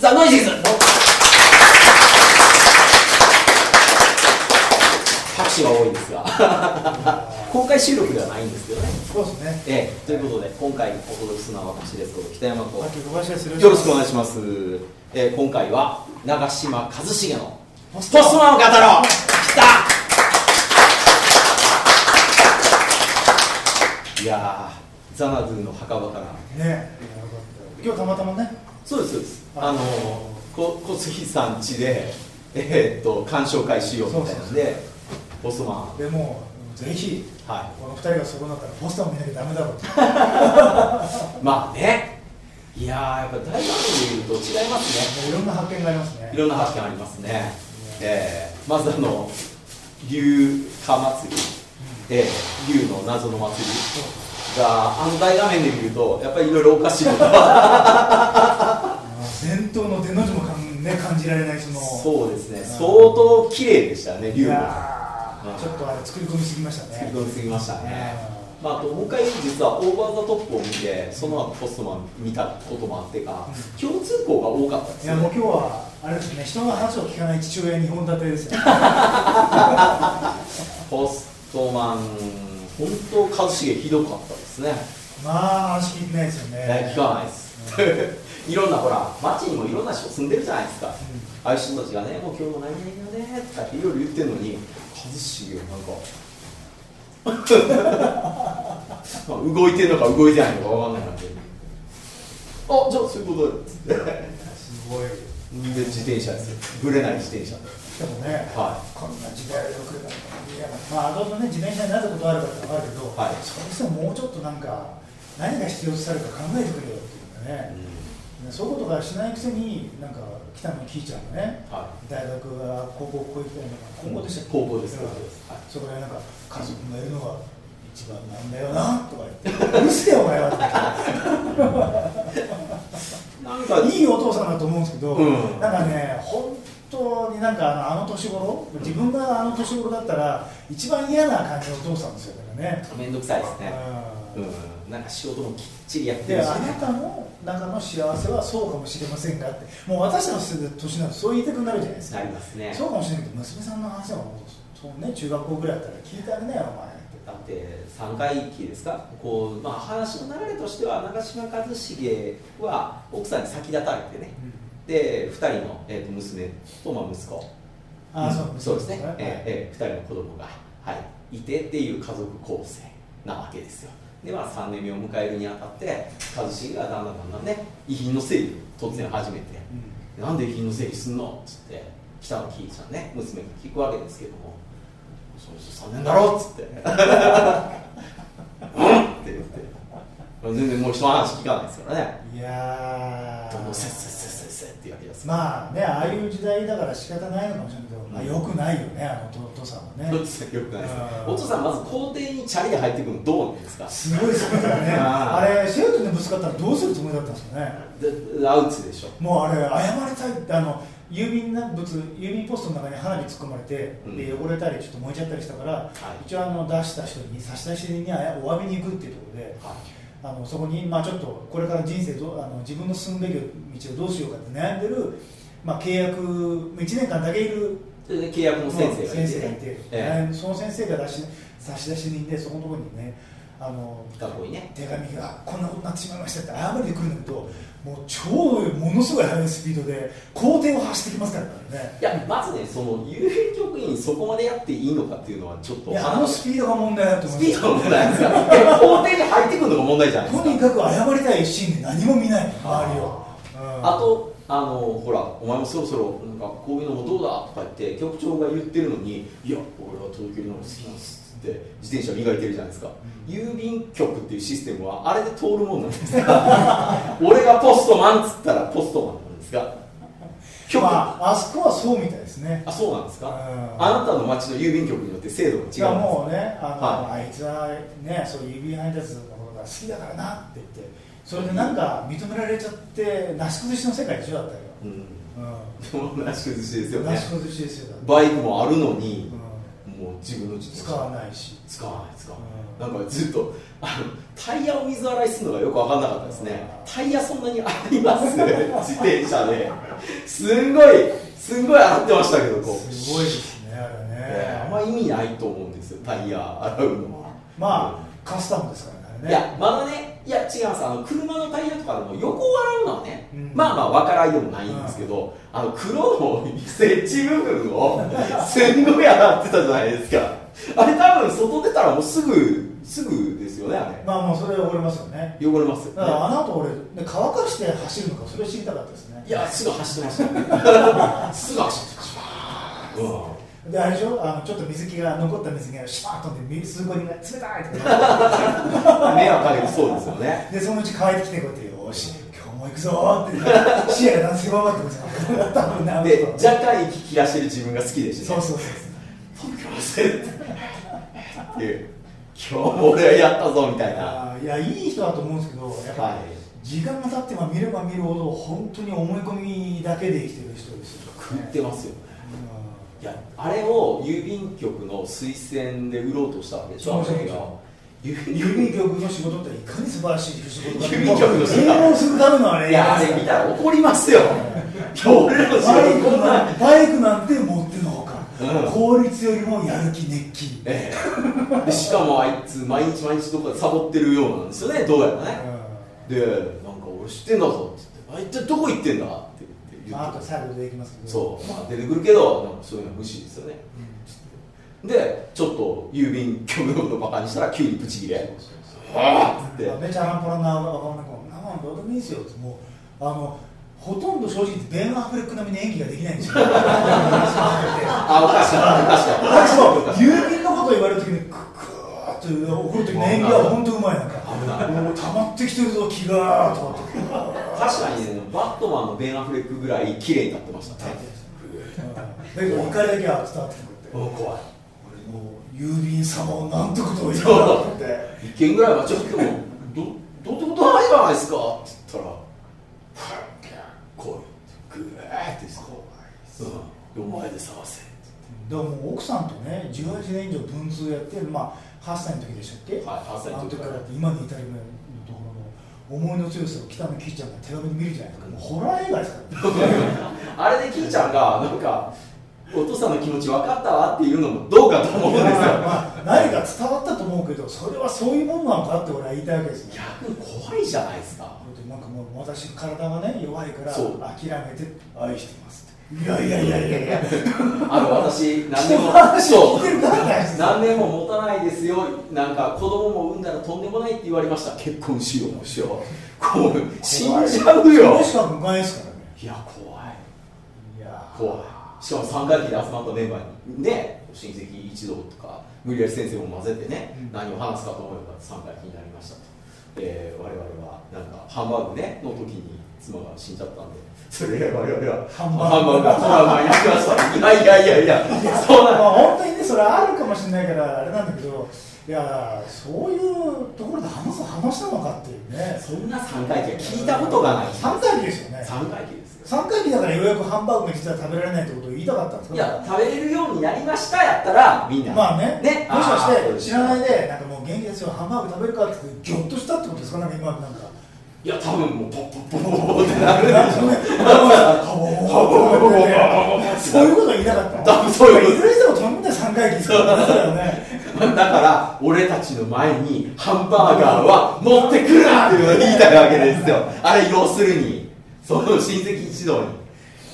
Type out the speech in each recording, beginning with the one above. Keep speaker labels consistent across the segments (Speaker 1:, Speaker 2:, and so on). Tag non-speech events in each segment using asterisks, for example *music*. Speaker 1: マジック拍手は多いですが公開収録ではないんですけどね
Speaker 2: そうですね。
Speaker 1: ええということで今回お届けするのは私ですこと北山と
Speaker 2: あ、結構詳しいです
Speaker 1: よろしくお願いします、えー今回は長嶋一茂のポストマンを語ろう来たいやーザナドゥの墓場から
Speaker 2: ね。いやよかった今日たまたまね。
Speaker 1: そうですそうです
Speaker 2: あ
Speaker 1: あのこ小杉さん家でえーっと鑑賞会しようみたいなんでポストマ
Speaker 2: でもうぜひ
Speaker 1: ンは
Speaker 2: この二人がそこだったらポスターも見なきゃダメだろうと。
Speaker 1: いまあねいやーやっぱ大学でいうと違いますね
Speaker 2: もういろんな発見がありますね。
Speaker 1: いろんな発見ありますね。えーまずあの龍華祭り、えー龍の謎の祭りがあの大画面で見るとやっぱりいろいろおかしいこと
Speaker 2: *laughs*
Speaker 1: が
Speaker 2: あの伝統の手の字もかんね感じられないその。
Speaker 1: そうですね相当綺麗でしたね
Speaker 2: い
Speaker 1: 龍が
Speaker 2: や
Speaker 1: うん
Speaker 2: ーちょっとあれ作り込みすぎました
Speaker 1: 作り
Speaker 2: ね。
Speaker 1: 込みすぎましたね
Speaker 2: うん
Speaker 1: まあ、あともう一回実はオーバー・ザ・トップを見てその後ポストマン見たこともあってか共通項が多かったです
Speaker 2: い
Speaker 1: ね
Speaker 2: やもう今日はあれですね人の話を聞かない父親二本立てですよ。
Speaker 1: *laughs* ポストマン本当一茂ひどかったですね
Speaker 2: まあ話聞いてないですよね
Speaker 1: え。ー聞かないです。 *laughs* いろんなほら、街にもいろんな人住んでるじゃないですか。ああいう人たちがね、もう今日も何々がねとかっていろいろ言ってるのに、一茂はなんか、 *laughs* まあ動いてるのか動いてないのかわかんないなんて。あ、じゃあそういうことです
Speaker 2: すごい。
Speaker 1: で自転車ですよ。ぶれない自転車。
Speaker 2: でもね。
Speaker 1: は
Speaker 2: こんな時代はよくないいやまあ、あのね、自転車になぜことあるかってわかるけど、
Speaker 1: はい
Speaker 2: それにしてももうちょっとなんか、何が必要とされるか考えてくれよっていうか
Speaker 1: い。
Speaker 2: ね、そういうことがしないくせに、なんか、北野きいちゃんがね、
Speaker 1: は
Speaker 2: 大学が高校、こういったような、高校でしたっけ
Speaker 1: 高校です
Speaker 2: うん
Speaker 1: 高校ですはい
Speaker 2: そこでなんか、家族がいるのが一番なんだよなとか言って、うるせえよ、お前はって
Speaker 1: い。なんか、
Speaker 2: いいお父さんだと思うんですけど、
Speaker 1: うん
Speaker 2: なんかね、本当になんかあのあの年頃、自分があの年頃だったら、一番嫌な感じのお父さんですよだからね。
Speaker 1: めんどくさいですね。
Speaker 2: う
Speaker 1: うんん。なんか仕事もきっちりやって
Speaker 2: で
Speaker 1: るしね。
Speaker 2: あなたの中の幸せはそうかもしれませんがって、もう私たちの年なんてそう言いたくなるじゃないですか、
Speaker 1: なりますね。
Speaker 2: そうかもしれないけど、娘さんの話はもうそう、ね、中学校ぐらいだったら聞いてあげなよ、お前って。
Speaker 1: だって3回忌ですかこう、まあ、話の流れとしては長嶋一茂は奥さんに先立たれてねで2人の、えー、と娘と、まあ、息子
Speaker 2: ああ、
Speaker 1: ん
Speaker 2: そう
Speaker 1: ですね、
Speaker 2: はい
Speaker 1: えーえー2人の子供が、はい、いてっていう家族構成なわけですよで、まあ、3年目を迎えるにあたって一茂がだんだんだんだんね遺品の整理を突然始めて、
Speaker 2: うん
Speaker 1: なんで遺品の整理すんのっつって北野きいちゃんね娘が聞くわけですけども「その人3年だろ」っつって「 *laughs* うん?」って言って全然もう人の話聞かないですからね
Speaker 2: いや
Speaker 1: 「どうもせっせっ
Speaker 2: ー、
Speaker 1: せっせっせ」って言うわけですま
Speaker 2: まあね、ああいう時代だから仕方ないのかもしれないけど、まあ、よくないよね、あのお父さんは
Speaker 1: あ
Speaker 2: ね
Speaker 1: どっ。ちでよくないです
Speaker 2: あー
Speaker 1: お父さんまず校庭にチャリで入ってくるのどうなんですか
Speaker 2: すごいですね、
Speaker 1: *laughs* あ
Speaker 2: あ
Speaker 1: ー
Speaker 2: れ、シェルトンでぶつかったらどうするつもりだったんですかね。
Speaker 1: でアウツでしょ
Speaker 2: もうあれ謝りたいってあの郵便な物郵便ポストの中に花火突っ込まれて、
Speaker 1: うん
Speaker 2: で汚れたりちょっと燃えちゃったりしたから、
Speaker 1: い
Speaker 2: 一応あの出した人に差し出しにあお詫びに行くっていうところで
Speaker 1: はい
Speaker 2: あのそこにまあちょっとこれから人生どうあの自分の進むべき道をどうしようかって悩んでるまあ契約1年間だけいる
Speaker 1: それで契約の先生がいてね
Speaker 2: 先生がいて
Speaker 1: え
Speaker 2: その先生が出し差し出し人でそこのところにねあの
Speaker 1: え学校にね
Speaker 2: 手紙がこんなことになってしまいましたって謝りに来るんだけどもう超ものすごい速いスピードで校庭を走ってきますからね
Speaker 1: いやまずねその郵便局員そこまでやっていいのかっていうのはちょっと
Speaker 2: いやあのスピードが問題だと思
Speaker 1: ス
Speaker 2: う
Speaker 1: ピードの問題なん *laughs* ですかえ校庭に入ってくるのが問題じゃないです
Speaker 2: と
Speaker 1: か
Speaker 2: にかく謝りたい一心で何も見ない周りを、うん
Speaker 1: あとあのほらお前もそろそろなんかこういうのもどうだとか言って局長が言ってるのにいや俺は東京の方が好きなんですって自転車磨いてるじゃないですか、郵便局っていうシステムはあれで通るもんなんですか俺がポストマンっつったらポストマンなんですか局、
Speaker 2: まああそこはそうみたいですね
Speaker 1: あそうなんですか、
Speaker 2: うん
Speaker 1: あなたの町の郵便局によって制度が違うんです
Speaker 2: 違う
Speaker 1: か
Speaker 2: もうねあの、
Speaker 1: は
Speaker 2: あいつはねそういう指配達のことが好きだからなって言ってそれでなんか認められちゃってなし崩しの世界でしょだったよ、
Speaker 1: うん
Speaker 2: う
Speaker 1: でもなし崩しですよ
Speaker 2: ん、な
Speaker 1: ね
Speaker 2: し崩しですよだって
Speaker 1: バイクもあるのに、
Speaker 2: うん
Speaker 1: もう自分の自転
Speaker 2: 使
Speaker 1: 車
Speaker 2: わないし
Speaker 1: 使わないですか、
Speaker 2: う
Speaker 1: なんかずっとあのタイヤを水洗いするのがよく分かんなかったですねタイヤそんなに洗い
Speaker 2: *laughs*
Speaker 1: ます自転車ですんごいすんごい洗ってましたけどこう、
Speaker 2: すごいですねあれね、
Speaker 1: ええあんま意味ないと思うんですよタイヤ洗うのは
Speaker 2: まあカスタムですからねあれね
Speaker 1: いやまだねいや違いますあの車のタイヤとかでも横を洗うのはね、
Speaker 2: うん
Speaker 1: まあまあ分からんでもないんですけど、あの黒の設置部分をすんごい洗ってたじゃないですかあれ多分外出たらもうすぐすぐですよねあれ
Speaker 2: まあもうそれは汚れますよね
Speaker 1: 汚れますよ、ね
Speaker 2: だからあの後俺で乾かして走るのかそれ知りたかったですね
Speaker 1: いや、すぐ走ってましたね。すぐ走って、カシャー
Speaker 2: *laughs*
Speaker 1: ン。
Speaker 2: であれでしょあのちょっと水気が残った水気がシャーッと飛んで水すごい冷たいとか
Speaker 1: 迷惑かけてそうですよね。
Speaker 2: でそのうち乾いてきてこうやってよーし今日も行くぞーって視野が何すごかってますよ多分な
Speaker 1: で、
Speaker 2: ゃ
Speaker 1: 若干息切らしてる自分が好きでした
Speaker 2: そう
Speaker 1: ね。
Speaker 2: そうそう
Speaker 1: 東京せって。って *laughs* いう。今日も俺はやったぞみたいな。
Speaker 2: あーいやいい人だと思うんですけどやっぱ、
Speaker 1: はい。
Speaker 2: 時間が経ってば見れば見るほど本当に思い込みだけで生きてる人ですよ、ね、
Speaker 1: 食ってますよね。
Speaker 2: う
Speaker 1: いや、あれを郵便局の推薦で売ろうとしたわけでしょ。
Speaker 2: そうそう
Speaker 1: あ
Speaker 2: そう
Speaker 1: の映画を
Speaker 2: ん
Speaker 1: 郵
Speaker 2: 郵
Speaker 1: 便
Speaker 2: 便
Speaker 1: 局。
Speaker 2: 局の仕事っていかに素晴らしい仕事か
Speaker 1: 郵便局の仕事
Speaker 2: 営業するためのあれ
Speaker 1: いや、あれ見たら怒りますよ。今日俺らの仕
Speaker 2: バイ
Speaker 1: 事
Speaker 2: ク
Speaker 1: こんな。
Speaker 2: なんバイクなんて持ってのほか、
Speaker 1: うん
Speaker 2: 効率よりもやる気熱気、
Speaker 1: ええ、でしかもあいつ毎日毎日どっかでサボってるようなんですよねどうやらねで「なんか俺知ってんだぞ」って言って「あ一体どこ行ってんだ?」って言って
Speaker 2: まあ、
Speaker 1: 言
Speaker 2: あと
Speaker 1: って
Speaker 2: 最後でできますけど
Speaker 1: そうまあ出てくるけどなんかそういうのは無視ですよね
Speaker 2: うん、
Speaker 1: でちょっと郵便局のことバカにしたら急にブチギ
Speaker 2: そう
Speaker 1: レ
Speaker 2: そう
Speaker 1: 「
Speaker 2: そう
Speaker 1: ああ!」っつ
Speaker 2: まあ
Speaker 1: って
Speaker 2: めちゃランポラな若者子、なんなんどうでもいいですよってもうあのほとんど正直ベン・アフレック並みに演技ができないんですよ。
Speaker 1: 「あおかしいなおかしいな
Speaker 2: 私も郵便のこと言われるときにククーッと怒るときの演技は本当うまいなんかもう溜まってきてるぞ気がーと思って
Speaker 1: 確かにねバットマンのベン・アフレックぐらい綺麗になってましたね
Speaker 2: だけど怒りだけは伝わってくるって
Speaker 1: もう怖い
Speaker 2: 俺もう郵便様をなんてことを言うんだって
Speaker 1: 一件ぐらい間違ってもどどうってことないじゃないですかって言ったら「こういうグーってこう、うん、でお前で探せ」
Speaker 2: だからもう奥さんとね18年以上文通やってまあ8歳の時でしたっけ、
Speaker 1: はい8歳の時
Speaker 2: あの時からって今に至るぐらいのところの思いの強さを北野キイちゃんが手紙で見るじゃないですかもうホラー映画ですからね
Speaker 1: あれでキイちゃんがなんか「お父さんの気持ち分かったわ」っていうのもどうかと思うんですよ
Speaker 2: まあ、何か伝わったと思うけどそれはそういうもんなのかって俺は言いたいわけですね
Speaker 1: 逆に怖いじゃないですか
Speaker 2: なんかもう私体がね弱いから
Speaker 1: そう
Speaker 2: 諦めて愛してますっていやいやいやいやいや
Speaker 1: あの私何年
Speaker 2: *laughs* 人の
Speaker 1: も
Speaker 2: 話
Speaker 1: *laughs* そ
Speaker 2: 聞いうてるからだよ
Speaker 1: 何年も持たないですよなんか子供も産んだらとんでもないって言われました結婚しようもしようこう死んじゃうよ
Speaker 2: それしか向かないですからね
Speaker 1: いや怖い
Speaker 2: いや
Speaker 1: 怖いしかも三回忌で集まったメンバーにね親戚一同とか無理やり先生も混ぜてね、
Speaker 2: うん
Speaker 1: 何を話すかと思えば三回忌になりましたと、えー、我々はなんかハンバーグねの時に妻が死んじゃったんでそれ以来我々は
Speaker 2: ハンバ
Speaker 1: ハ
Speaker 2: ーグ
Speaker 1: ンバーグがトラウマになりましたいやいやいやいやそう
Speaker 2: ま
Speaker 1: な
Speaker 2: あ、本当にね、それはあるかもしれないから、あれなんだけど、いや、そういうところで話す話したのかっていうね、
Speaker 1: そんな三回忌は聞いたことがない
Speaker 2: 三回忌ですよね、
Speaker 1: 三回忌ですよ
Speaker 2: 三回忌だからようやくハンバーグが実は食べられないってことを言いたかったんです
Speaker 1: い
Speaker 2: けど、
Speaker 1: や食べれるようになりましたやったらみんな
Speaker 2: まあね
Speaker 1: ね
Speaker 2: もしか
Speaker 1: あーそうで
Speaker 2: して
Speaker 1: す
Speaker 2: 知らないで、なんかもう元気ですよ、ハンバーグ食べるかって、ぎょっとしたってことですか、なんか今、なんか、
Speaker 1: いや多分もうポッポッポッポッポッってなるでしょ *laughs*
Speaker 2: そういうことは言いたかった、
Speaker 1: 多分そういうこと
Speaker 2: ずれにしてもとんでも三回忌ですからね、それはね。
Speaker 1: だから俺たちの前にハンバーガーは持ってくるなっていうのを言いたいわけですよあれ要するにその親戚一同に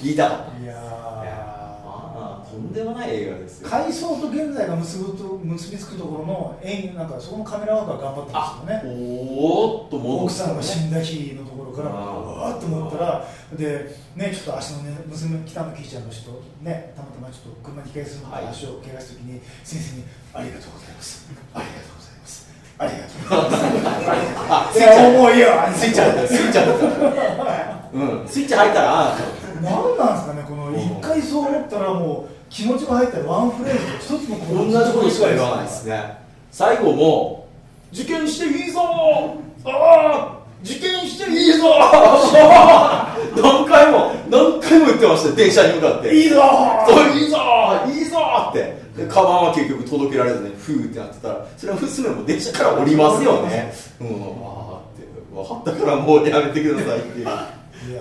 Speaker 1: 言いたかった
Speaker 2: いやー
Speaker 1: いやまあとんでもない映画ですよ
Speaker 2: 階層と現在が結ぶと結びつくところの演技なんかそこのカメラワークが頑張った
Speaker 1: あ
Speaker 2: んですよね
Speaker 1: おーっと戻
Speaker 2: 奥さんが死
Speaker 1: ん
Speaker 2: んだ日のところから
Speaker 1: あー
Speaker 2: わーっと思ったらで、ね、ちょっと足の、ね、娘北野きいちゃんの人、ね、たまたまちょっと車に引き返すの
Speaker 1: はい
Speaker 2: 足を怪我した時に先生に「ありがとうございますありがとうございますありがとうございま
Speaker 1: あ
Speaker 2: す」い
Speaker 1: スイッチ
Speaker 2: や
Speaker 1: 入
Speaker 2: もういいよ
Speaker 1: ったスイッチ入ったスイッチ入ったうんスイッチ入ったらああ
Speaker 2: 何なんですかねこの一回そう思ったらもう気持ちが入ったらワンフレーズで一つの
Speaker 1: 同じことしか言わないですね最後も「受験していいぞーああ受験していいぞ *laughs* ー何回も何回も言ってましたよ電車に向かって
Speaker 2: いいぞー
Speaker 1: そういいぞーいいぞーってでカバンは結局届けられずねふーってなってたらそれは娘も電車から降りますよねうんああって分かったからもうやめてくださいっていう
Speaker 2: や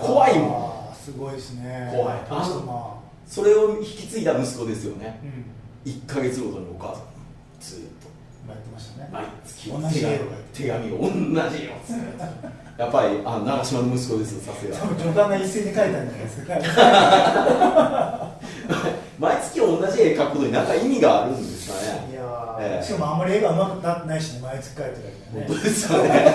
Speaker 2: ー
Speaker 1: 怖いもん
Speaker 2: すごいですね
Speaker 1: 怖い
Speaker 2: あとまあ
Speaker 1: それを引き継いだ息子ですよね
Speaker 2: うん
Speaker 1: 1か月ごとにお母さんずーっと
Speaker 2: まあやってましたね
Speaker 1: 毎月
Speaker 2: 同じ絵を描いて
Speaker 1: 手紙手紙を同じよやっぱりあ長島の息子ですよさす
Speaker 2: 多
Speaker 1: が
Speaker 2: 分序盤が一斉に書いたんじゃないですか
Speaker 1: *laughs* 毎月同じ絵描くことに何か意味があるんですかね
Speaker 2: いやー、
Speaker 1: ええ
Speaker 2: しかもあんまり絵がうまくなってないしね毎月書いてるわ
Speaker 1: 本
Speaker 2: け
Speaker 1: 当
Speaker 2: ね
Speaker 1: ですよね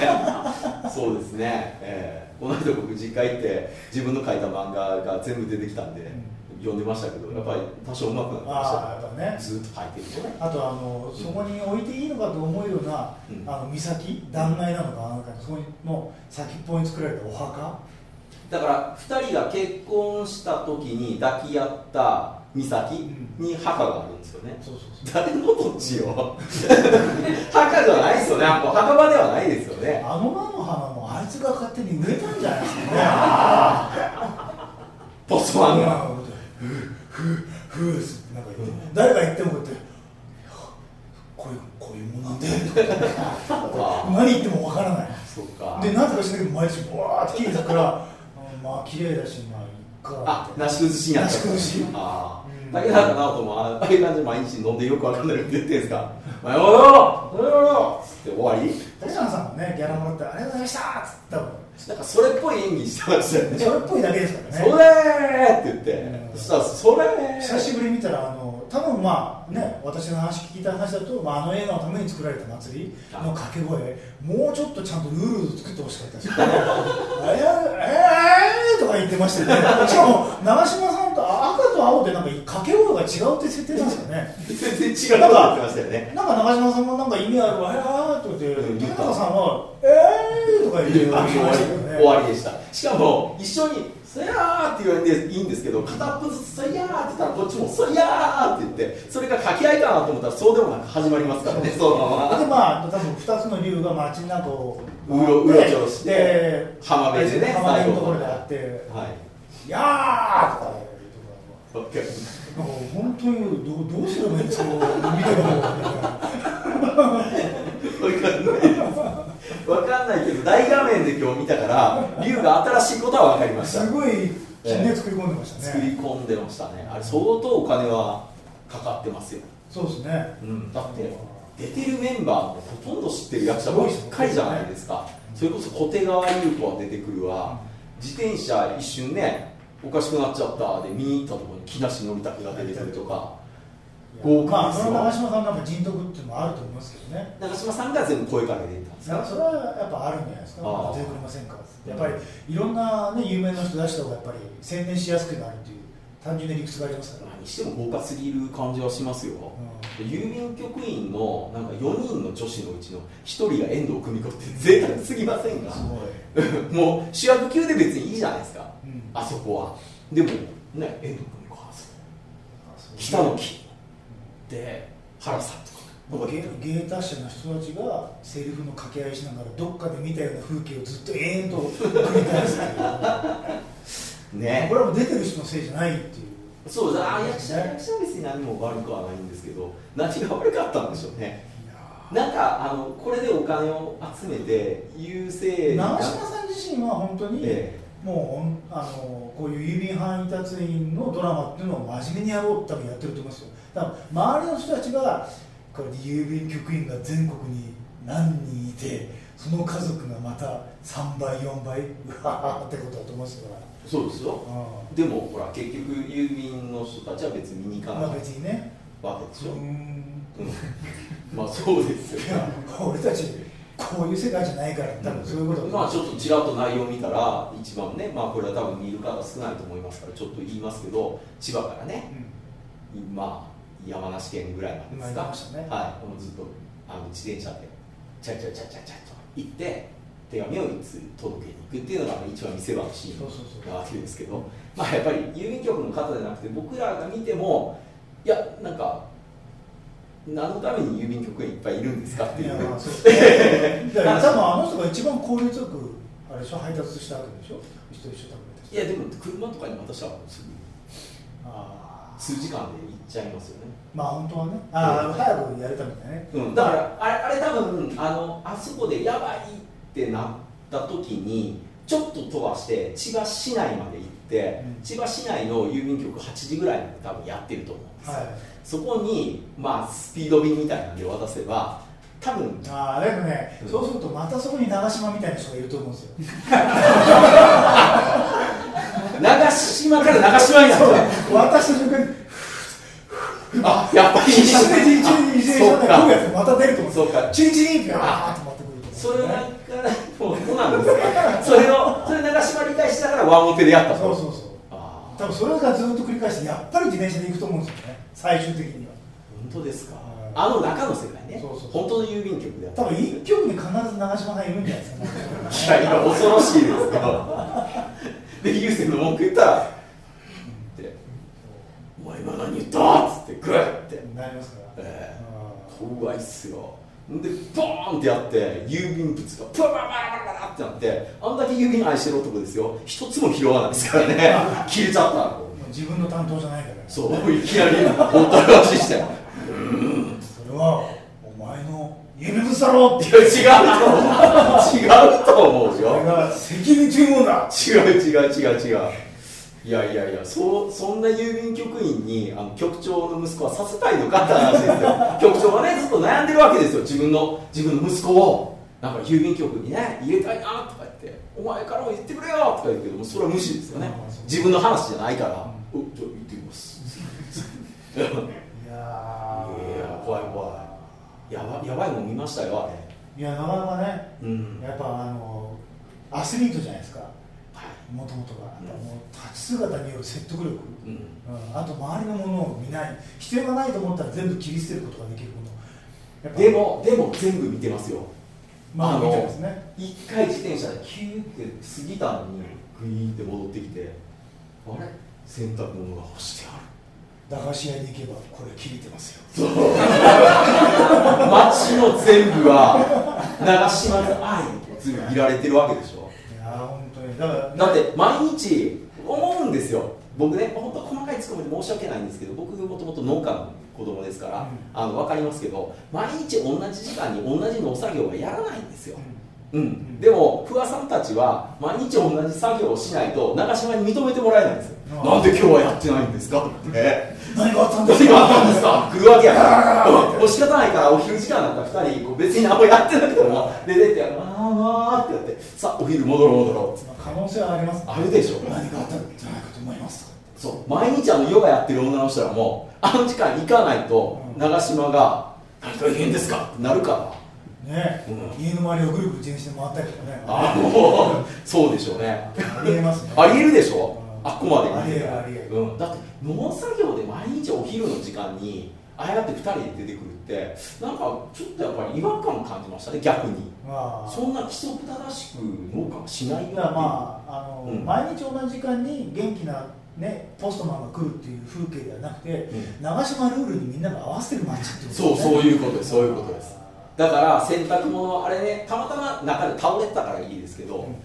Speaker 1: そうですね、ええこの間僕実家行って自分の書いた漫画が全部出てきたんで、
Speaker 2: う
Speaker 1: 読んでましたけどやっぱり多少うまくなって
Speaker 2: ああ
Speaker 1: ま
Speaker 2: やっぱね
Speaker 1: したずーっと書いてるね
Speaker 2: あとあのそこに置いていいのかと思うような、
Speaker 1: うん
Speaker 2: あの岬断崖なのかなんかそこにの先っぽに作られたお墓
Speaker 1: だから2人が結婚した時に抱き合った岬に墓があるんですよね、
Speaker 2: そうそう
Speaker 1: 誰の土地よ墓じゃないですよねやっぱ墓場ではないですよね
Speaker 2: あの菜の花もあいつが勝手に植えたんじゃないですかね
Speaker 1: ポストマンが
Speaker 2: あふうふうふうすってなんか言って、誰が言ってもこうやっていやこういうこういうもんなんで何言ってもわからない
Speaker 1: そうか
Speaker 2: でなんとかしなきゃ毎日わーって綺麗だから、うんまあ綺麗だしまあいっか
Speaker 1: あなし崩しになっちゃった
Speaker 2: なし崩し
Speaker 1: あ
Speaker 2: うん
Speaker 1: あだけだかなともあああいう感じで毎日飲んでよくわかんないって言ってんすか「おいおいおいおいおいおいっつって終わり
Speaker 2: 立花さんもねギャラもらってありがとうございましたっつって多分
Speaker 1: なんかそれっぽい演技してましたよね
Speaker 2: それっぽいだけですか
Speaker 1: そ
Speaker 2: らね
Speaker 1: れーって言って、
Speaker 2: うん
Speaker 1: そしたら「それー」
Speaker 2: 久しぶりに見たらあの多分まあね私の話聞いた話だと、まあ、あの映画のために作られた祭りの掛け声もうちょっとちゃんとルールを作ってほしかったです
Speaker 1: *laughs*
Speaker 2: よねえーえーとか言ってましたよねしかも長嶋さんとあ赤と青でなんか掛け声が違うって設定なんですよね
Speaker 1: 全然違うことやってましたよね
Speaker 2: なんか長嶋さんもなんか意味あるわえーとか言
Speaker 1: うん
Speaker 2: って豊中さんはえーとか言ってま
Speaker 1: あ
Speaker 2: し
Speaker 1: 終
Speaker 2: た
Speaker 1: わり
Speaker 2: よ
Speaker 1: *laughs* 終
Speaker 2: ね
Speaker 1: わりでしたしかも一緒に「そりゃー」って言われていいんですけど片っぽずつ「そりゃー」って言ったらこっちも「そりゃー」って言ってそれが掛け合いかなと思ったらそうでもなく始まりますからねそのまま
Speaker 2: でまあ多分2つの竜が街の中を
Speaker 1: うろうろちょろして
Speaker 2: で
Speaker 1: 浜辺でね
Speaker 2: 浜辺
Speaker 1: 最
Speaker 2: のと
Speaker 1: 後
Speaker 2: ころであって
Speaker 1: はい
Speaker 2: 「やー!」とか
Speaker 1: オッケー
Speaker 2: なんか本当にどうどうすればいいんですか見てる方が
Speaker 1: わか
Speaker 2: ね
Speaker 1: んないですわかんないけど大画面で今日見たから龍が新しいことは分かりました
Speaker 2: すごいね作り込んでました
Speaker 1: 作り
Speaker 2: ね
Speaker 1: 込んでましたねあれ相当お金はかかってますよ、
Speaker 2: そうですね
Speaker 1: うん、だって出てるメンバーもほとんど知ってる役者ばっかりじゃないですかそれこそ小手川優子は出てくるわ自転車一瞬ねおかしくなっちゃったで見に行ったところに木梨憲武が出てくるとか豪
Speaker 2: ま
Speaker 1: 華
Speaker 2: あ
Speaker 1: で
Speaker 2: そ
Speaker 1: す
Speaker 2: の
Speaker 1: よ
Speaker 2: 長嶋さんなんか人徳っていうのもあると思いますけどね
Speaker 1: 長嶋さんが全部声かけていったんです
Speaker 2: それ
Speaker 1: か
Speaker 2: はやっぱあるんじゃないですか、
Speaker 1: ああ
Speaker 2: 出てくれませんか、やっぱりいろんな、ね、有名な人出した方がやっぱり宣伝しやすくなるという単純な理屈がありますから、
Speaker 1: にしても豪華すぎる感じはしますよ、
Speaker 2: う
Speaker 1: 郵便局員のなんか4人の女子のうちの1人が遠藤久美子って贅沢すぎませんか
Speaker 2: すごい、
Speaker 1: もう主役級で別にいいじゃないですか、
Speaker 2: うん
Speaker 1: あそこはでもね遠藤久美子はあそこ北
Speaker 2: の
Speaker 1: の木で原さんとかなんか
Speaker 2: 芸芸達者の人たちがセリフの掛け合いしながらどっかで見たような風景をずっと永遠と繰り返すっていう *laughs*
Speaker 1: ね
Speaker 2: これはもう出てる人のせいじゃないっていう
Speaker 1: そうだあ役者役者は別に何も悪くはないんですけど何が悪かったんでしょうね
Speaker 2: いや
Speaker 1: なんかあのこれでお金を集めて優勢
Speaker 2: ー
Speaker 1: にな
Speaker 2: 長嶋さん自身は本当に、
Speaker 1: え
Speaker 2: もうほんあのこういう郵便配達員のドラマっていうのを真面目にやろうって多分やってると思いますよ多分周りの人たちがこれで郵便局員が全国に何人いてその家族がまた3倍4倍うわーってことだと思いますから、
Speaker 1: えそうですよ
Speaker 2: う
Speaker 1: でもほら結局郵便の人たちは別に見に行か
Speaker 2: ん
Speaker 1: な
Speaker 2: ま
Speaker 1: か
Speaker 2: あ、
Speaker 1: っ
Speaker 2: 別にね
Speaker 1: たわけで
Speaker 2: う
Speaker 1: し
Speaker 2: ー
Speaker 1: ょ、う
Speaker 2: ん
Speaker 1: んまあそうですよ
Speaker 2: いや俺たちこういう世界じゃないから多分そういうことだと思
Speaker 1: ま
Speaker 2: い
Speaker 1: あ
Speaker 2: ます
Speaker 1: ちょっとちらっと内容見たら一番ねまあこれは多分見る方少ないと思いますからちょっと言いますけど千葉からね
Speaker 2: うん
Speaker 1: まあ山梨県ぐらいまでです
Speaker 2: まあ行き
Speaker 1: か
Speaker 2: ましたね
Speaker 1: はいもうずっとあの自転車でチャチャチャチャチャと行って手紙をいつ届けに行くっていうのが一番見せ場のシーン
Speaker 2: そうそうそう
Speaker 1: なわけですけど、まあ、やっぱり郵便局の方じゃなくて僕らが見てもいやなんか何のために郵便局員いっぱいいるんですかって
Speaker 2: い
Speaker 1: いう
Speaker 2: やまあ *laughs* そうですねだから多分あの人が一番効率よくあれでしょ配達したわけでしょ一人一緒多分
Speaker 1: いやでも車とかに渡したらすぐ
Speaker 2: ああ
Speaker 1: 数時間で行っちゃいますよね
Speaker 2: まあ本当はねああ、
Speaker 1: うん
Speaker 2: 早くやるためにね、
Speaker 1: うん、だからあれあれ多分あのあそこでやばいってなった時にちょっと飛ばして千葉市内まで行って、
Speaker 2: うん
Speaker 1: 千葉市内の郵便局8時ぐらいまで多分やってると思うんですよ、
Speaker 2: はい
Speaker 1: そこに、まあ、スピード便みたいなんで渡せば多分
Speaker 2: *laughs* ああだけどね、
Speaker 1: うん
Speaker 2: そうするとまたそこに長島みたいな人がいると思うんですよ
Speaker 1: 長島から長島になっちゃう
Speaker 2: 渡した瞬間に
Speaker 1: あやっぱり
Speaker 2: 一斉に一斉に一斉に
Speaker 1: そう
Speaker 2: 来るや *laughs*
Speaker 1: か
Speaker 2: つまた出ると思うんです
Speaker 1: そうか
Speaker 2: よチリチリンピャーって待ってくると思うんです
Speaker 1: そ
Speaker 2: よね
Speaker 1: れをなんからもうそうなんですかそれをそれ長島理解しながらワンオペでやった
Speaker 2: そう
Speaker 1: う
Speaker 2: そうそう
Speaker 1: ああ
Speaker 2: 多分それがずっと繰り返してやっぱり自転車で行くと思うんですよね最終的には
Speaker 1: 本当ですか
Speaker 2: はい
Speaker 1: あの中の世界ね
Speaker 2: そうそう
Speaker 1: 本当の郵便局でやった
Speaker 2: 多分一曲に必ず長島さんいるんじゃないですか、
Speaker 1: いや今恐ろしいですけど *laughs* で優先の文句言ったら「ってお前今何言った?」っつってグッて
Speaker 2: なりますから、
Speaker 1: え
Speaker 2: う
Speaker 1: 怖いっすよでボーンってやって郵便物がバラバラバラバラってなってあんだけ郵便愛してる男ですよ一つも拾わないですからね
Speaker 2: *laughs*
Speaker 1: 消えちゃった
Speaker 2: んもう自分の担当じゃないから
Speaker 1: そう
Speaker 2: *laughs*
Speaker 1: いきなりほったらかしして「いや
Speaker 2: それはお前の夢物だろって
Speaker 1: 違うと思う違うと思うよ」
Speaker 2: 俺が責任というもんだ
Speaker 1: 違う違う違う違ういやいやいやそうそんな郵便局員にあの局長の息子はさせたいのかって話ですよ局長はねずっと悩んでるわけですよ自分の自分の息子をなんか郵便局にね入れたいなとか言ってお前からも言ってくれよとか言うけどもそれは無視ですよね自分の話じゃないから「うっと言ってきます」
Speaker 2: いやー
Speaker 1: いや怖い怖 *laughs* やばやばいもん見ましたよあれ
Speaker 2: いいやなかなかね
Speaker 1: うん
Speaker 2: やっぱあのアスリートじゃないですか
Speaker 1: はい
Speaker 2: もともとがやっ
Speaker 1: うん
Speaker 2: ぱもう立ち姿による説得力、うん
Speaker 1: うん
Speaker 2: あと周りのものを見ない必要がないと思ったら全部切り捨てることができることやっぱ
Speaker 1: でもでも全部見てますよ
Speaker 2: まあ
Speaker 1: あの
Speaker 2: 見てますね
Speaker 1: 一回自転車でキューって過ぎたのにグイーンって戻ってきてあれ洗濯物が干してある
Speaker 2: 駄菓子屋に行けばこれ切れてますよ
Speaker 1: 街の全部は長島の愛にず見られてるわけでしょ
Speaker 2: いやー本当にだから
Speaker 1: だって毎日思うんですよ僕ね本当細かいツッコミで申し訳ないんですけど僕もともと農家の子供ですから、
Speaker 2: うん
Speaker 1: あの分かりますけど毎日同じ時間に同じ農作業はやらないんですよ、うん
Speaker 2: ん
Speaker 1: でも不破さんたちは毎日同じ作業をしないと長島に認めてもらえないんですよ、
Speaker 2: うん
Speaker 1: なんで今日はやってないんですかってね
Speaker 2: 何があったんで
Speaker 1: 何
Speaker 2: す
Speaker 1: があ
Speaker 2: か
Speaker 1: ったんですか来るわけやからもう仕方ないからお昼時間なんか2人こう別に何もやってなくても出てってあーあーってやってさあお昼戻ろう戻ろうって
Speaker 2: まあ可能性はあります
Speaker 1: あるでしょ
Speaker 2: 何かあったんじゃないかと思いますとか
Speaker 1: そう毎日あのヨガやってる女の人らもあの時間行かないと
Speaker 2: うん
Speaker 1: 長島が「何か変ですか?」ってなるから
Speaker 2: ね、
Speaker 1: う
Speaker 2: 家の周りをぐるぐる自転車で回ったりとかね
Speaker 1: あのそうでしょうね
Speaker 2: ありえますね
Speaker 1: ありえるでしょ
Speaker 2: うん
Speaker 1: あっこまで見て
Speaker 2: ありえるありえる
Speaker 1: うん、だって農作業で毎日お昼の時間にああやって2人で出てくるってなんかちょっとやっぱり違和感感じましたね逆に
Speaker 2: まあ
Speaker 1: そんな規則正しく農家はしないよっていう
Speaker 2: だからまああの、
Speaker 1: うん
Speaker 2: 毎日同じ時間に元気なねポストマンが来るっていう風景ではなくて、
Speaker 1: う
Speaker 2: 長島ルールにみんなが合わせてる街ってこと
Speaker 1: そうそう
Speaker 2: う
Speaker 1: いうことですそういうことですだから洗濯物あれねたまたま中で倒れてたからいいですけど、
Speaker 2: うん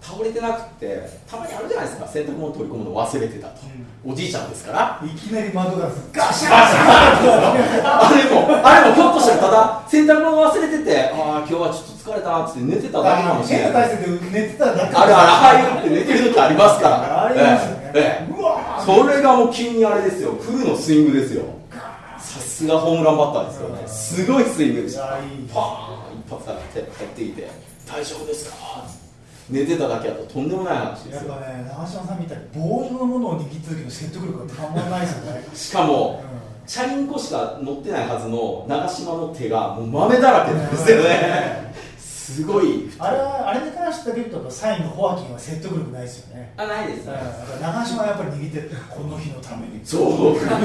Speaker 1: 倒れてなくてたまにあるじゃないですか洗濯物取り込むの忘れてたと、おじいちゃんですから
Speaker 2: いきなり窓ガラスガシャ
Speaker 1: あれもあれもひょっとしたらただ洗濯物忘れててああ今日はちょっと疲れたっつって寝てただけかもしれ
Speaker 2: 変な
Speaker 1: ない
Speaker 2: 体勢で寝てたらだけ
Speaker 1: あるあるああいうのって寝てる時ありますから
Speaker 2: ありますよね、
Speaker 1: えええ
Speaker 2: うわ
Speaker 1: え
Speaker 2: ー
Speaker 1: それがもう急にあれですよフルのスイングですよさすがホームランバッターですよねすごいスイングでした
Speaker 2: いやいい
Speaker 1: パーン一発当たって入ってきて「大丈夫ですか?」寝てただけだととんでもない話で
Speaker 2: やっ
Speaker 1: す
Speaker 2: ぱ
Speaker 1: よ。
Speaker 2: ね、長嶋さんみたいに棒状のものを握った時の説得力がたまらないですよね
Speaker 1: しかも
Speaker 2: う
Speaker 1: チャリンコしか乗ってないはずの長島の手がもう豆だらけなんですよねすごい
Speaker 2: んあれは、あれに関してだけ言うと、サインのホアキンは説得力ないですよね。
Speaker 1: あないで
Speaker 2: うん、だから長嶋はやっぱり握ってる、この日のために。で
Speaker 1: そう
Speaker 2: もこれね、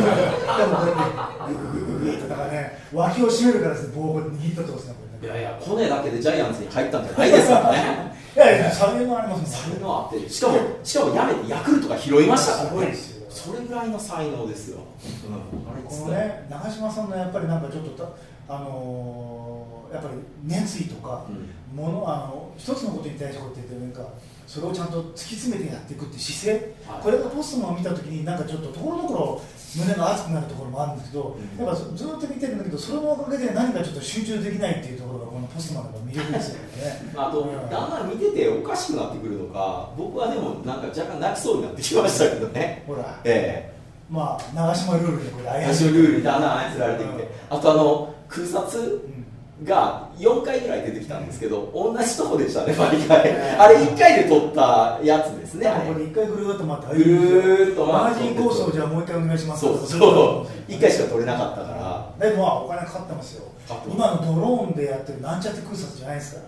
Speaker 2: グググググってだからね、脇を締めるからですね、棒を握ったってことですね、
Speaker 1: い
Speaker 2: これね。
Speaker 1: やいやコネだけでジャイアンツに入ったんじゃ
Speaker 2: *laughs*
Speaker 1: ないですからね
Speaker 2: いやいや、サインがあります
Speaker 1: 才
Speaker 2: もんね。
Speaker 1: 能あってしかもしかもやめてヤクルトが拾いましたから
Speaker 2: すごいですよ
Speaker 1: それぐらいの才能ですよ、うん、あれ
Speaker 2: このね、長嶋さんのやっぱりなんかちょっとた、あのーやっぱり熱意とか、
Speaker 1: うん
Speaker 2: ものあの一つのことに対してこうやってなんかそれをちゃんと突き詰めてやっていくっていう姿勢、
Speaker 1: はい
Speaker 2: これがポストマンを見た時になんかちょっとところどころ胸が熱くなるところもあるんですけ
Speaker 1: う
Speaker 2: ど、
Speaker 1: ん
Speaker 2: やっぱずっと見てるんだけどそれのおかげで何かちょっと集中できないっていうところがこのポストマンの魅力ですよ
Speaker 1: *laughs*
Speaker 2: ね
Speaker 1: あとだんだん見てておかしくなってくるのか僕はでもなんか若干泣きそうになってきましたけどね
Speaker 2: ほら
Speaker 1: え
Speaker 2: まあ長島ルールでこれ
Speaker 1: え
Speaker 2: 怪し
Speaker 1: 私の
Speaker 2: い
Speaker 1: ルールにだんだん操られてきてあとあの空撮
Speaker 2: うん
Speaker 1: が4回ぐらい出てきたんですけど同じとこでしたね *laughs* 毎回あれ1回で撮ったやつですねあ
Speaker 2: これ
Speaker 1: れ
Speaker 2: 一回ぐるーっと回っ
Speaker 1: ぐ
Speaker 2: て
Speaker 1: るーっと回って
Speaker 2: 同じコースをじゃあもう一回お願いします
Speaker 1: そうそう1回しか撮れなかったから
Speaker 2: でもまあお金かかってますよ
Speaker 1: かかってま
Speaker 2: 今のドローンでやってるなんちゃって空撮じゃないですから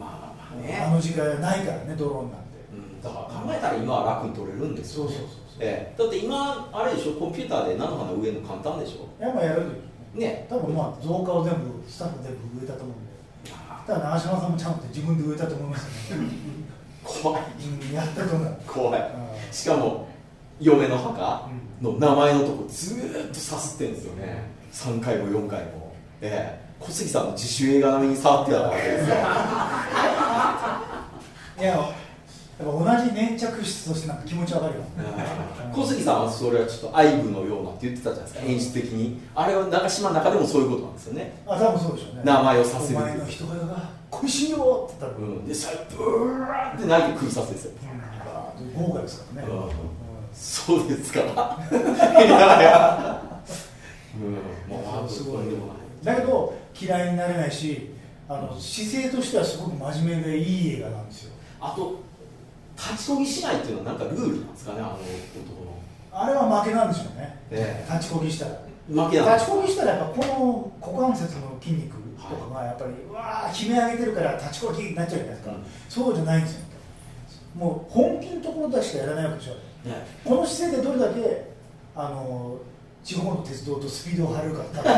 Speaker 1: まあまあ
Speaker 2: あ
Speaker 1: ね、
Speaker 2: の時間ないからねドローンなんて
Speaker 1: うん、だから考えたら今は楽に撮れるんです
Speaker 2: そ
Speaker 1: よ
Speaker 2: うそうそうそう
Speaker 1: ええだって今あれでしょコンピューターで菜の花植えるの簡単でしょ
Speaker 2: やっぱやるよ
Speaker 1: ね
Speaker 2: 多分まあ造花を全部スタッフ全部植えたと思うんでただ長嶋さんもちゃんと自分で植えたと思いますよね
Speaker 1: 怖い
Speaker 2: うんやったと思う
Speaker 1: 怖い
Speaker 2: うん
Speaker 1: しかも嫁の墓の名前のとこずーっとさすってんですよね3回も4回もええ小杉さんの自主映画並みに触ってたわけですよ
Speaker 2: いややっぱ同じ粘着質としてなんか気持ちわかるよ
Speaker 1: うん小杉さんはそれはちょっと愛部のようなって言ってたじゃないですか演出的にあれは長島の中でもそういうことなんですよね
Speaker 2: あ多分そうでしょうね
Speaker 1: 名前をさせる
Speaker 2: お前の人柄が恋しいよって言ったら、
Speaker 1: うん、で最後ブーって泣いて空撮ですよ、
Speaker 2: 豪華ですからね、
Speaker 1: うん
Speaker 2: うん
Speaker 1: そうです
Speaker 2: *laughs*
Speaker 1: かいやいやうんもうあ
Speaker 2: すごい
Speaker 1: とんでもない
Speaker 2: だけど嫌いになれないしあの姿勢としてはすごく真面目でいい映画なんですよ
Speaker 1: あと立ちこぎしないっていうのはなんかルールなんですかねあの男
Speaker 2: あれは負けなんでしょうね、
Speaker 1: え
Speaker 2: 立ちこぎしたら
Speaker 1: の負けなんで
Speaker 2: 立
Speaker 1: す
Speaker 2: ちこぎしたらやっぱこの股関節の筋肉とかがやっぱり、うわあ決め上げてるから立ちこぎになっちゃうじゃないですか、
Speaker 1: うん
Speaker 2: そうじゃないんですよもう本気のところだけしかやらないわけでしょ
Speaker 1: ね
Speaker 2: この姿勢でどれだけあの地方の鉄道とスピードを張るかって多分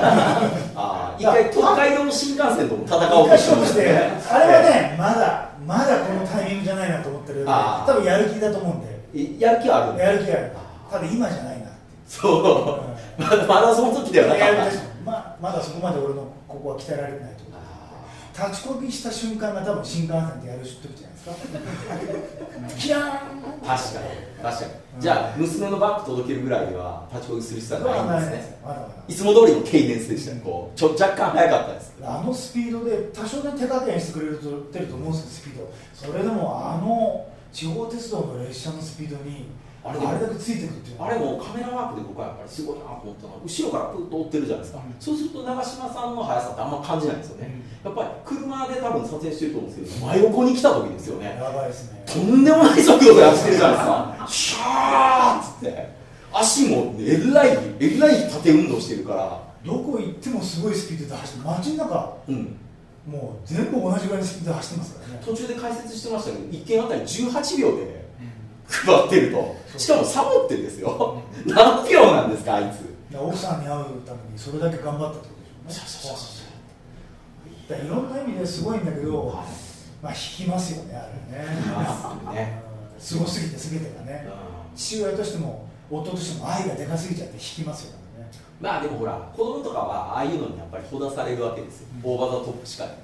Speaker 1: ああ
Speaker 2: い
Speaker 1: 一
Speaker 2: や
Speaker 1: 回東海道の新幹線とも戦おうと
Speaker 2: 一回勝負してあれはねまだまだこのタイミングじゃないなと思ってる
Speaker 1: あー
Speaker 2: 多分やる気だと思うんで
Speaker 1: えやる気はあるんだ
Speaker 2: やる気あるただ今じゃないなって
Speaker 1: そうまだまだその時ではなか
Speaker 2: やる
Speaker 1: っ
Speaker 2: 気だしたままだそこまで俺のここは鍛えられてないと思う
Speaker 1: あ
Speaker 2: 立ちこぎした瞬間が多分新幹線でやる時じゃない
Speaker 1: *laughs*
Speaker 2: ですかキラーン
Speaker 1: ー確かに確かにじゃあ娘のバッグ届けるぐらいには立ちこぎする必要はないんですね
Speaker 2: まだまだ
Speaker 1: いつも通りのケイデンスでしたね、こうちょ若干早かったですけど、
Speaker 2: あのスピードで多少ね手加減してくれると出ると思うんですけどスピードそれでもあの地方鉄道の列車のスピードにあ
Speaker 1: あ
Speaker 2: れ
Speaker 1: れでも
Speaker 2: だけついてくるっていうの
Speaker 1: あれもカメラワークで僕はやっぱりすごいなと思ったのは、後ろからプッと追ってるじゃないですか、
Speaker 2: うん
Speaker 1: そうすると長嶋さんの速さってあんま感じないんですよね、やっぱり車で多分撮影してると思うんですけど、真横に来た時ですよね、
Speaker 2: やばいですね
Speaker 1: とんでもない速度で走ってるじゃないですか、シャーっつって、足もえらい、えらい縦運動してるから、
Speaker 2: どこ行ってもすごいスピードで走って街の中
Speaker 1: うん、
Speaker 2: もう全部同じぐらいのスピードで走ってますからね
Speaker 1: 途中で解説してましたけど、1件あたり18秒で配ってると、しかもサボってるんですよ、何秒なんですか、あいつ。
Speaker 2: だから奥さんに会うためにそれだけ頑張ったってことでしょうねだからいろんな意味ですごいんだけど、まあ引きますよねあれね
Speaker 1: ね
Speaker 2: うんすごすぎてすべてがね父親としても夫としても愛がでかすぎちゃって引きますよね
Speaker 1: まあでもほら子供とかはああいうのにやっぱりほだされるわけですよ大技トップしかでね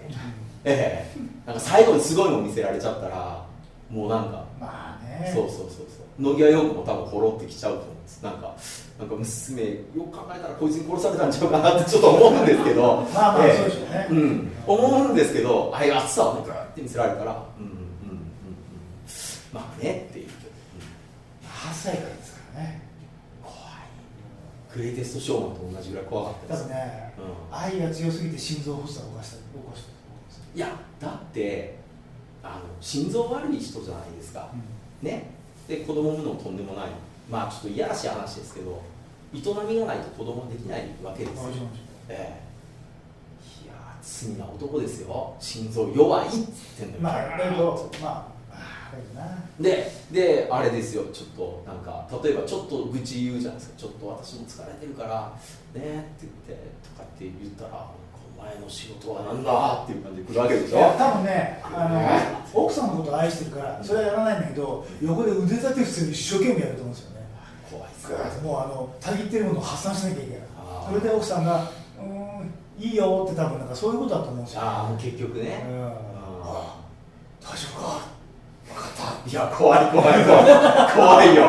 Speaker 1: ええなんか最後にすごいの見せられちゃったらもうなんか
Speaker 2: まあね
Speaker 1: そうそうそうそう野際陽子も多分ほろってきちゃうと思うんですなんかなんか娘よく考えたらこいつに殺されたんちゃうかなってちょっと思うんですけど
Speaker 2: まあまあ
Speaker 1: ええ
Speaker 2: そう *laughs* でしょうね
Speaker 1: うん思うんですけどああいう熱さをねグーって見せられたらうんうんうんうんまあねっていう、
Speaker 2: 8歳からですからね
Speaker 1: 怖いグレイテストショーマンと同じぐらい怖かった
Speaker 2: 多
Speaker 1: です
Speaker 2: 分ね、
Speaker 1: う
Speaker 2: 愛が強すぎて心臓発作を起こした起こしたと思うんですよ
Speaker 1: いやだってあの心臓悪い人じゃないですか、ねで子供産むのもとんでもないまあちょっといやらしい話ですけど営みがないと子供はできないわけですよ
Speaker 2: もちろんもち
Speaker 1: ええいやー罪な男ですよ心臓弱いっつってんのよ
Speaker 2: ろんまあだけどまああれな
Speaker 1: でであれですよちょっとなんか例えばちょっと愚痴言うじゃないですかちょっと私も疲れてるからねって言ってとかって言ったらなんかお前の仕事はなんだっていう感じで来るわけでし
Speaker 2: いや
Speaker 1: ょ
Speaker 2: 多分ねあの奥さんのことを愛してるからそれはやらないんだけど横で腕立て伏せを一生懸命やると思うんですよね
Speaker 1: 怖いっす
Speaker 2: ガーッともうあのたぎってるものを発散しなきゃいけない
Speaker 1: あー
Speaker 2: それで奥さんが「うーんいいよ」って多分なんかそういうことだと思うんですよ
Speaker 1: ああもう結局ね
Speaker 2: うん
Speaker 1: あ
Speaker 2: 大丈夫か分かった
Speaker 1: いや怖い怖い怖い怖いよ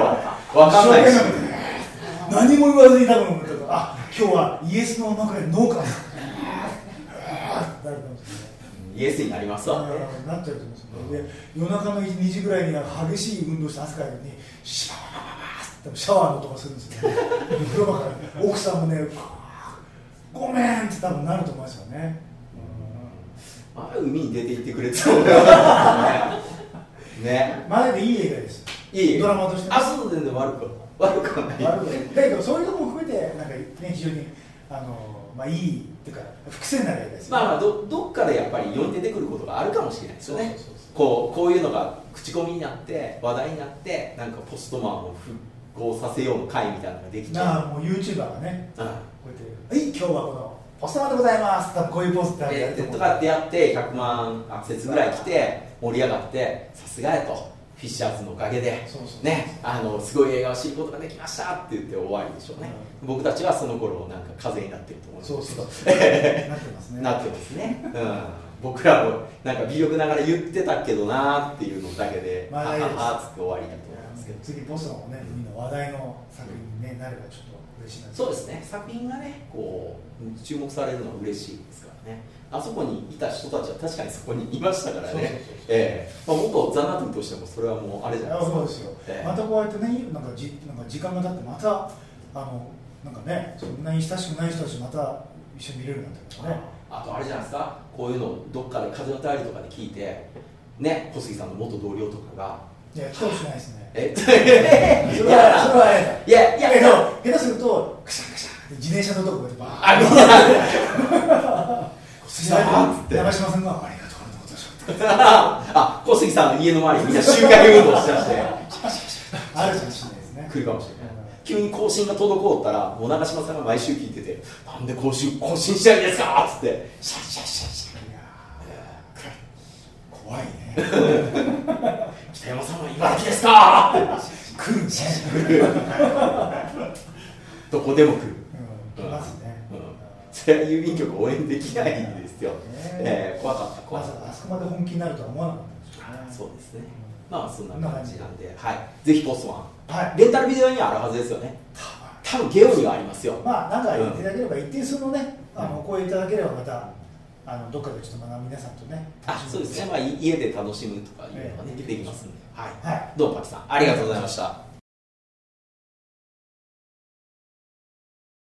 Speaker 1: わかんないし
Speaker 2: 一生懸命何も言わずに多分思ったからあ今日はイエスの中でノーかななるかもしれない
Speaker 1: イエスになりますわね
Speaker 2: あーなっちゃうと思うんですよで夜中の2時ぐらいには激しい運動して汗かいてにシャワーってシャワーの音がするんですよ、ね、風呂場から奥さんもねごめんって多分なると思いますよね、
Speaker 1: まあ海に出て行ってくれって思うよねね
Speaker 2: うん、まあでもいい映画です
Speaker 1: いい
Speaker 2: ドラマとしてね
Speaker 1: あそう全然悪く悪くはない
Speaker 2: 悪くないだけどそういうところも含めてなんか、ね、非常にあの、まあ、いいっていうか伏線になる映画ですよ、
Speaker 1: まあまあどどっかでやっぱり世に出てくることがあるかもしれないですよね
Speaker 2: そうそうそう
Speaker 1: こうこういうのが口コミになって話題になってなんかポストマンを復興させようの会みたいなのができち
Speaker 2: な
Speaker 1: ゃ
Speaker 2: あもう YouTuber がね
Speaker 1: ううん
Speaker 2: こうやって「はい今日はこのポストマンでございます」多分こういうポスター
Speaker 1: えー
Speaker 2: 思
Speaker 1: と
Speaker 2: う
Speaker 1: かってやって100万アクセスぐらい来て盛り上がってさすがやとフィッシャーズのおかげで
Speaker 2: そうそう
Speaker 1: ねあのすごい映画を知ることができましたって言って終わりでしょうね僕たちはその頃なんか風になってると思うん
Speaker 2: そう
Speaker 1: ですけ
Speaker 2: そう
Speaker 1: ど
Speaker 2: そうなってますね
Speaker 1: なってますね、うん、僕らもなんか微力ながら言ってたけどなーっていうのだけで
Speaker 2: まあ
Speaker 1: あ
Speaker 2: いいです
Speaker 1: あっつって終わりだと思いますけど
Speaker 2: 次ボスのねみんな話題の作品に、ねなればちょっと嬉しいな
Speaker 1: そうですね作品がねこう注目されるのは嬉しいですからねあそこにいた人たちは確かにそこにいましたから
Speaker 2: そうそうそう
Speaker 1: ねええまあ元ザナトリとしてもそれはもうあれじゃない
Speaker 2: あ
Speaker 1: ですか
Speaker 2: そうですよ、
Speaker 1: ええ
Speaker 2: またこうやってねなんかじなんか時間が経ってまたあのなんかねそんなに親しくない人たちまた一緒に見れるなんてことね
Speaker 1: あとあれじゃないですかこういうのをどっかで風の便りとかで聞いてね小杉さんの元同僚とかが
Speaker 2: いや来てほしくないですね
Speaker 1: え *laughs*
Speaker 2: そ
Speaker 1: い
Speaker 2: れ
Speaker 1: や
Speaker 2: はそれはええ
Speaker 1: いやい
Speaker 2: だ
Speaker 1: や
Speaker 2: けど下手するとクシャクシャって自転車のとここうやってバーッ
Speaker 1: あみんなシャ *laughs* ーッつっ
Speaker 2: こ
Speaker 1: て
Speaker 2: 長嶋さんが「ありがとう俺のことでしょ」って
Speaker 1: あ小杉さんの家の周りみんな周回運動しだして
Speaker 2: あるかもしれないですね
Speaker 1: 来るかもしれない急に更新が滞ったらもう長嶋さんが毎週聞いてて「なんで更新更新しないんですか!」っつってシャッシャッシャッシャ
Speaker 2: いやー怖いね
Speaker 1: ッ北山さんは茨城ですか
Speaker 2: 来るね
Speaker 1: ってどこでも来る、
Speaker 2: うん来ますね
Speaker 1: うん、それは郵便局応援できないんですよ、え
Speaker 2: え
Speaker 1: え怖かった怖
Speaker 2: ま
Speaker 1: かっ
Speaker 2: さ
Speaker 1: た
Speaker 2: かあそこまで本気になるとは思わなかったんでしょ
Speaker 1: そうう
Speaker 2: ね
Speaker 1: ですねまあそんな感じなんで、はい、ぜひポストマ
Speaker 2: はい
Speaker 1: ンレンタルビデオにはあるはずですよね多分ゲオにはありますよ
Speaker 2: まあなんか
Speaker 1: うん
Speaker 2: いただければ一定数のねあ
Speaker 1: うん
Speaker 2: のお声いただければまたあのどっかでちょっとまた皆さんとね
Speaker 1: あそうですね、まあ、い家で楽しむとかいうのがね、
Speaker 2: ええ
Speaker 1: できますんで、はい
Speaker 2: はい
Speaker 1: どうもパキさんありがとうございました